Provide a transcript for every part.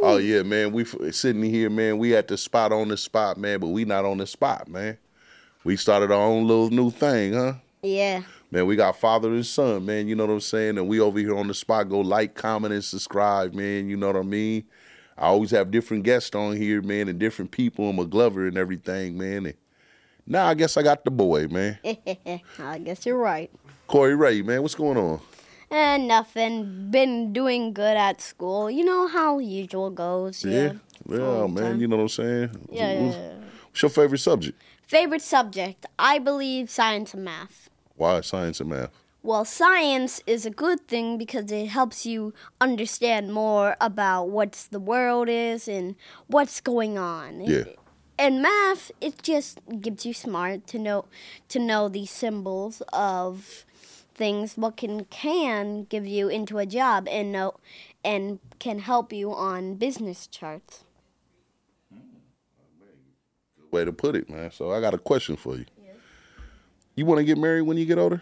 Oh yeah, man. We f- sitting here, man. We at the spot on the spot, man. But we not on the spot, man. We started our own little new thing, huh? Yeah. Man, we got father and son, man. You know what I'm saying? And we over here on the spot. Go like, comment, and subscribe, man. You know what I mean? I always have different guests on here, man, and different people. I'm a Glover and everything, man. And now I guess I got the boy, man. I guess you're right. Corey Ray, man. What's going on? And nothing. Been doing good at school. You know how usual goes. Yeah. Yeah, All the man. time. You know what I'm saying? Yeah, yeah, yeah. What's your favorite subject? Favorite subject? I believe science and math. Why science and math? Well, science is a good thing because it helps you understand more about what's the world is and what's going on. Yeah. And math, it just gives you smart to know to know the symbols of things what can can give you into a job and know and can help you on business charts. Way to put it, man. So I got a question for you. You want to get married when you get older?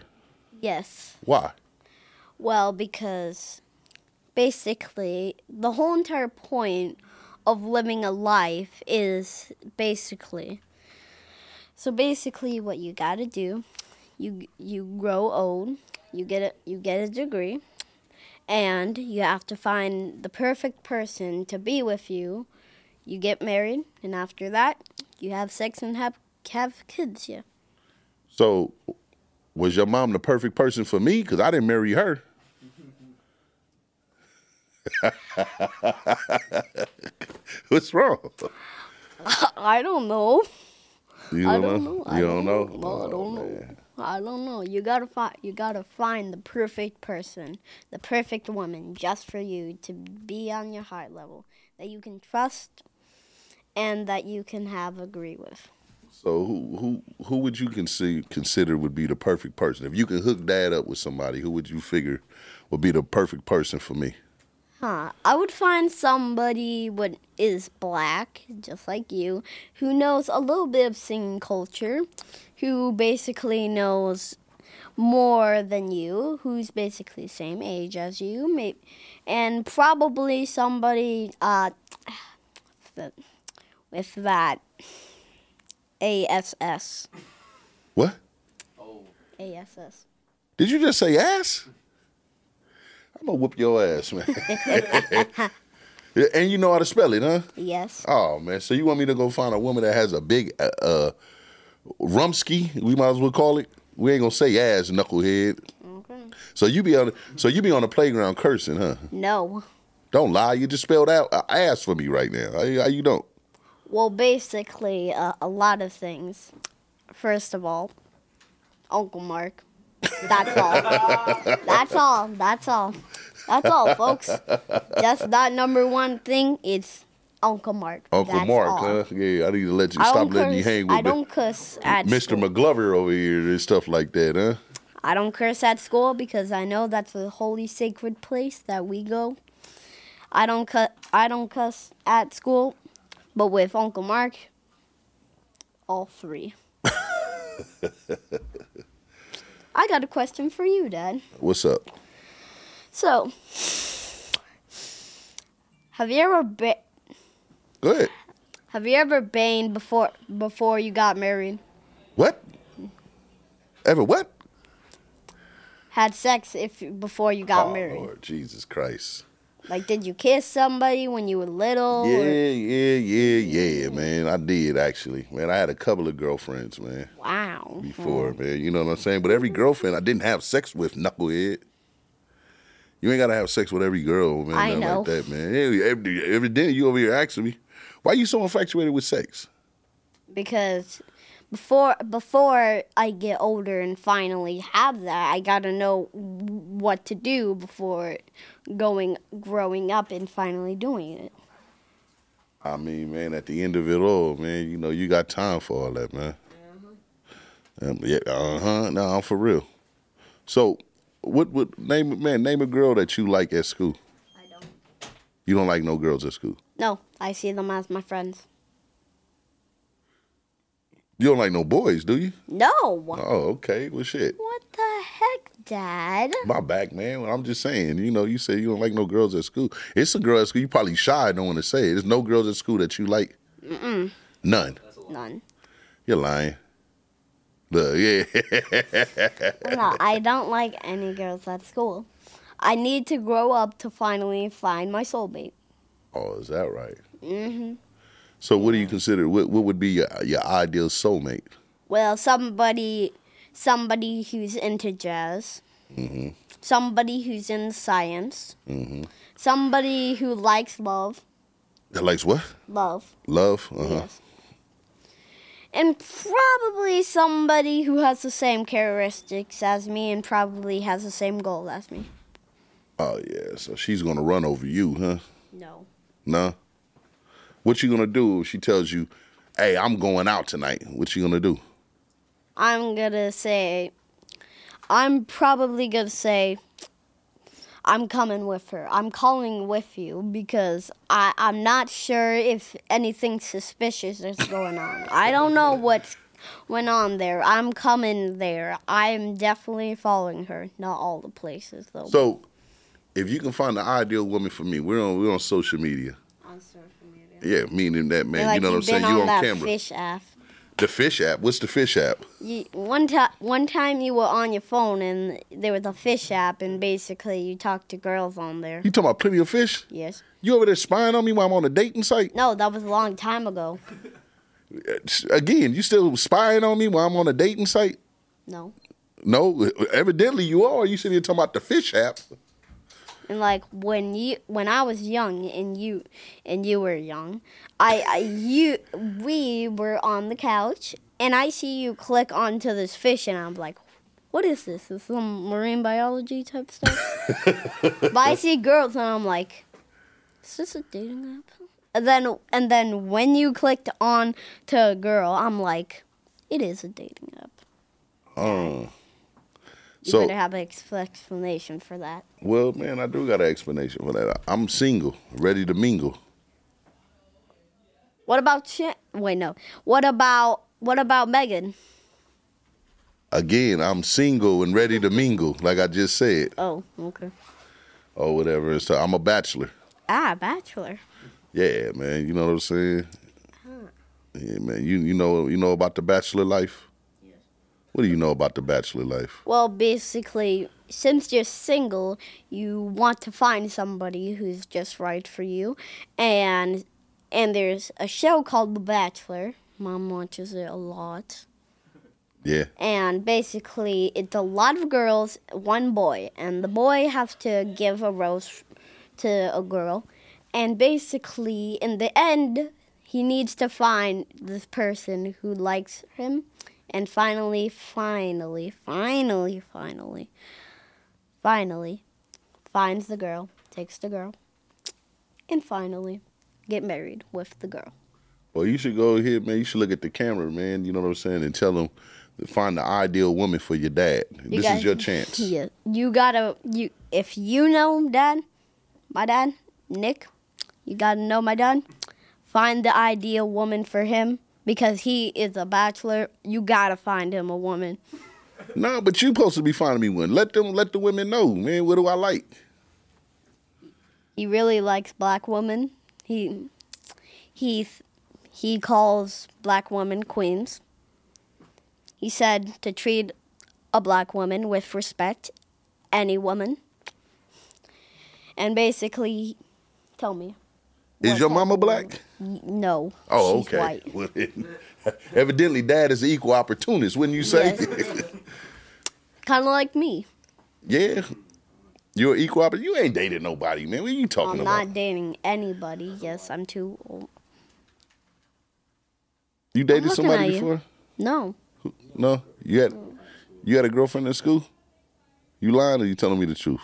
Yes. Why? Well, because basically the whole entire point of living a life is basically so basically what you got to do you you grow old you get a, you get a degree and you have to find the perfect person to be with you you get married and after that you have sex and have have kids yeah So was your mom the perfect person for me? Because I didn't marry her. What's wrong? i don't know You I don't know. I You don't know. No, I Oh, don't man. know. I don't know. You gotta find. You gotta find the perfect person, the perfect woman, just for you to be on your heart level that you can trust, and that you can have agree with. So who who who would you consider consider would be the perfect person? If you could hook dad up with somebody, who would you figure would be the perfect person for me? Huh. I would find somebody what is black, just like you, who knows a little bit of singing culture, who basically knows more than you, who's basically same age as you, maybe, and probably somebody uh, th- with that ASS. What? ASS. Did you just say ass? I'm gonna whoop your ass, man. and you know how to spell it, huh? Yes. Oh man, so you want me to go find a woman that has a big uh, uh rumsky? We might as well call it. We ain't gonna say ass, knucklehead. Okay. So you be on, so you be on the playground cursing, huh? No. Don't lie. You just spelled out uh, ass for me right now. How, you- how you don't? Well, basically, uh, a lot of things. First of all, Uncle Mark. That's all. That's all. That's all. That's all, folks. Just that number one thing. It's Uncle Mark. Uncle That's Mark, all. huh? Yeah, I need to let you I stop don't letting you curse- hang I with don't cuss at Mi- Mr. School. McGlover over here and stuff like that, huh? I don't curse at school because I know that's a holy sacred place that we go. I don't cu- I don't cuss at school, but with Uncle Mark, all three. I got a question for you, Dad. What's up? So, have you ever ba- Go ahead. have you ever banged before before you got married? What? Ever what? Had sex if before you got Oh, married? Lord Jesus Christ. Like, did you kiss somebody when you were little? Yeah, or- yeah, yeah, yeah, man. I did actually, man. I had a couple of girlfriends, man, Wow. before, Mm. man. You know what I'm saying? But every girlfriend I didn't have sex with, knucklehead. You ain't gotta have sex with every girl, man. I nothing know. Like that, man. Every, every, every day you over here asking me, why you so infatuated with sex? because before before I get older and finally have that, I gotta know what to do before going growing up and finally doing it. I mean, man, at the end of it all, man, you know, you got time for all that, man. Uh-huh. Um, yeah, uh huh. No, I'm for real. So, what would name man name a girl that you like at school? I don't. You don't like no girls at school. No, I see them as my friends. You don't like no boys, do you? No. Oh, okay. Well, shit. What the heck, Dad. My back, man. Well, I'm just saying, you know, you say you don't like no girls at school. It's a girl at school. You probably shy. Don't want to say it. There's no girls at school that you like. None. None. You're lying. Look, yeah. No, I don't like any girls at school. I need to grow up to finally find my soulmate. oh, is that right? Mm-hmm. So, what do you consider? What What would be your your ideal soulmate? Well, somebody, somebody who's into jazz. Somebody who's in science. Somebody who likes love, That likes what? love. Love. Uh huh. Yes. And probably somebody who has the same characteristics as me and probably has the same goal as me. Oh yeah. So she's gonna run over you, huh? No. Nah. What you gonna do if she tells you, "Hey, I'm going out tonight"? What you gonna do? I'm gonna say, I'm probably gonna say, I'm coming with her. I'm calling with you because I, I'm not sure if anything suspicious is going on. I don't know what went on there. I'm coming there. I am definitely following her. Not all the places though. So, if you can find the ideal woman for me, we're on we're on social media. on social media. Yeah, meaning that man, Like you know what I'm you've saying. been You on on that camera. fish app. The fish app. What's the fish app? You, one time, one time you were on your phone and there was a fish app, and basically you talked to girls on there. You talking about plenty of fish? Yes. You over there spying on me while I'm on a dating site? No, that was a long time ago. Again, you still spying on me while I'm on a dating site? No. No, evidently you are. You sitting here talking about the fish app. And like when you when I was young and you and you were young, I, I you we were on the couch and I see you click onto this fish and I'm like, what is this? Is some marine biology type stuff? but I see girls and I'm like, is this a dating app? And then and then when you clicked on to a girl, I'm like, it is a dating app. Oh. You So- better have an ex- explanation for that. Well, man, I do got an explanation for that. I'm single, ready to mingle. What about Ch- wait no? What about what about Megan? Again, I'm single and ready to mingle, like I just said, Oh, okay. or whatever. It's I'm a bachelor. Ah, Bachelor. Yeah, man. You know what I'm saying? Yeah, man. You you know you know about the bachelor life? What do you know about the bachelor life? Well, basically, since you're single, you want to find somebody who's just right for you, and and there's a show called The Bachelor. Mom watches it a lot. Yeah. and basically it's a lot of girls, one boy, and the boy has to give a rose to a girl, and basically in the end he needs to find this person who likes him, and finally, finally, finally, finally, finally finds the girl, takes the girl, and finally get married with the girl. Well, you should go ahead, man. You should look at the camera, man. You know what I'm saying, and tell them find the ideal woman for your dad. this guys- is your chance. Yeah, you gotta you if you know dad, my dad, Nick, you gotta know my dad. Find the ideal woman for him because he is a bachelor. You gotta find him a woman. No, but you supposed to be finding me one. Let them let the women know, man. What do I like? He really likes black women. He he th- he calls black women queens. He said to treat a black woman with respect, any woman. And basically, tell me. Is What your type mama of black? woman? No. Oh, she's okay. White. Well, then, evidently, dad is an equal opportunist, wouldn't you say? Kind of like me. yeah. You're an equal opportunist. You ain't dated nobody, man. What are you talking I'm about? not dating anybody. Yes, I'm too old. you dated looking at somebody you. before? No. No? You had you had a girlfriend in school? You lying or you telling me the truth?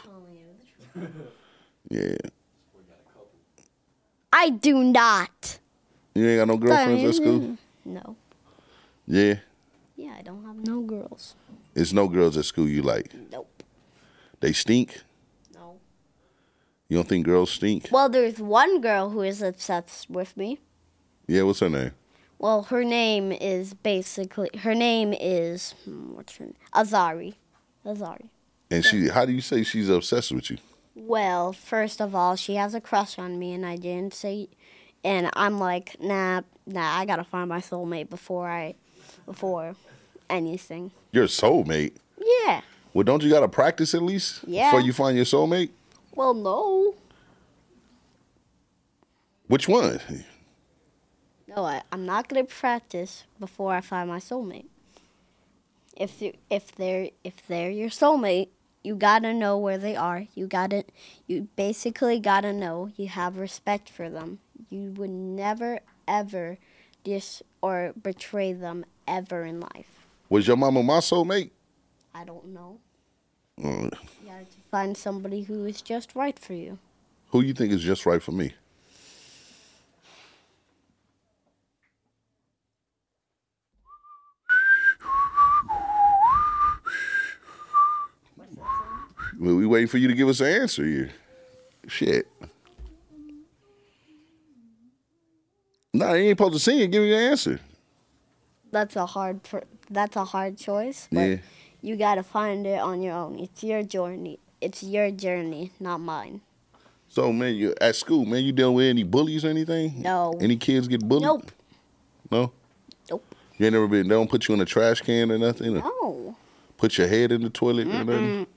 Yeah. I do not. You ain't got no girlfriends at school? No. Yeah. Yeah, I don't have no girls. It's no girls at school you like. Nope. They stink. No. You don't think girls stink? Well, there's one girl who is obsessed with me. Yeah, what's her name? Well, her name is basically her name is hmm, what's her name? Azari. Azari. And she, how do you say she's obsessed with you? Well, first of all, she has a crush on me, and I didn't say. And I'm like, nah, nah. I gotta find my soulmate before I, before anything. You're a soulmate. Yeah. Well, don't you gotta practice at least Yeah. before you find your soulmate? Well, no. Which one? No, I, I'm not gonna practice before I find my soulmate. If you, if they're if they're your soulmate, you gotta know where they are. You gotta you basically gotta know. You have respect for them. You would never ever dis or betray them ever in life. Was your mama my soulmate? I don't know. Mm, You gotta find somebody who is just right for you. Who you think is just right for me? Well, we waiting for you to give us an answer here. Shit. Nah, you ain't supposed to sing it. Give me your answer. That's a hard pr- that's a hard choice. But Yeah. You gotta find it on your own. It's your journey. It's your journey, not mine. So, man, you at school, man, you dealing with any bullies or anything? No. Any kids get bullied? Nope. No? Nope. You ain't never been, they don't put you in a trash can or nothing? Or No. Put your head in the toilet or nothing?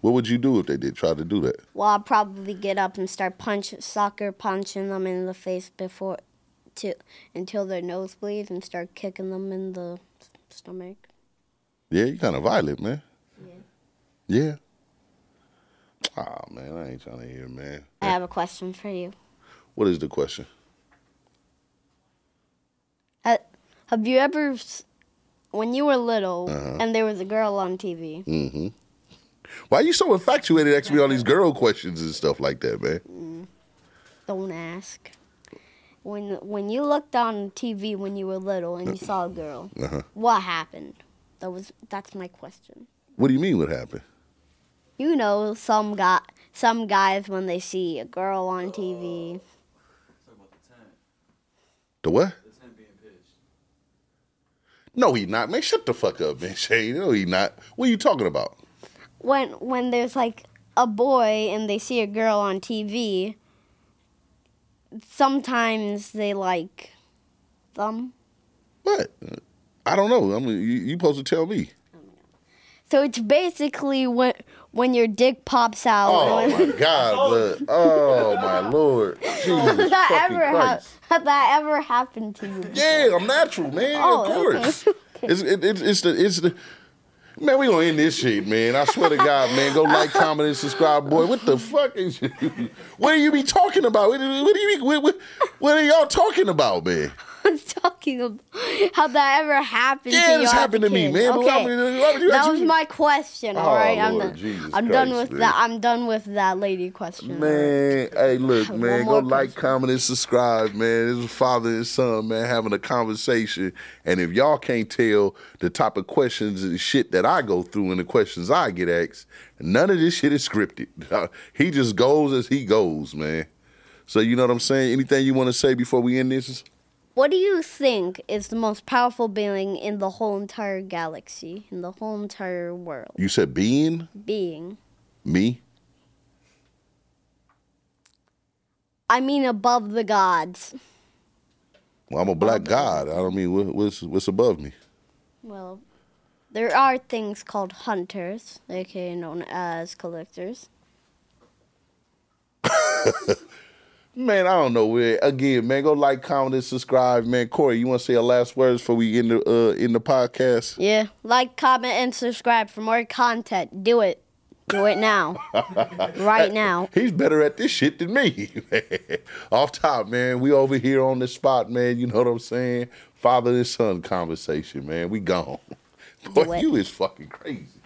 What would you do if they did try to do that? Well, I'll probably get up and start punch soccer punching them in the face before, to until their nose bleeds and start kicking them in the s- stomach. Yeah, you kind of violent, man. Yeah. Ah, man, I ain't trying to hear, man. I have a question for you. What is the question? Ha- Have you ever, s- when you were little, and there was a girl on TV? Why you so infatuated asking me all these girl questions and stuff like that, man? Don't ask. When when you looked on TV when you were little and you saw a girl, Uh-huh. what happened? That was that's my question. What do you mean what happened? You know, some guy, some guys when they see a girl on TV. The what? No, he not, man. Shut the fuck up, man. Shane, no, he not. What are you talking about? When when there's like a boy and they see a girl on TV, sometimes they like them. What? I don't know. I mean, you, you supposed to tell me. So it's basically when when your dick pops out. Oh when- my God, blood. Oh my Lord. Jesus that fucking ever hap- Christ. that ever happened to you? Yeah, I'm natural, man. Oh, of okay. course. It's it, it's it's the it's the man. We gonna end this shit, man. I swear to God, man. Go like, comment, and subscribe, boy. What the fuck is you? What do you be talking about? What, do- what do you be, what, what, what are y'all talking about, man? I was talking about how that ever happened to Yeah, you. this as a happened to me, kid. man, but uh, why Okay. would- why would you that ask was me- my question. Oh, All right, I'm, Lord, done- Jesus I'm done Christ, with man. that. I'm done with that lady question. Man, hey, look, One man, go more like, person. comment, and subscribe, man. This is father and son, man, having a conversation. And if y'all can't tell the type of questions and shit that I go through and the questions I get asked, none of this shit is scripted. he just goes as he goes, man. So you know what I'm saying? Anything you want to say before we end this? What do you think is the most powerful being in the whole entire galaxy, in the whole entire world? You said being Being, me. I mean, above the gods. Well, I'm a black god. I don't mean what- what's what's above me. Well, there are things called hunters, aka known as collectors. Man, I don't know where. Again, man, go like, comment, and subscribe, man. Corey, you want to say your last words before we end the uh, end the podcast? Yeah. Like, comment, and subscribe for more content. Do it. Do it now. right now. He's better at this shit than me. Off top, man, we over here on the spot, man. You know what I'm saying? Father and son conversation, man. We gone. Boy, Do it. you is fucking crazy.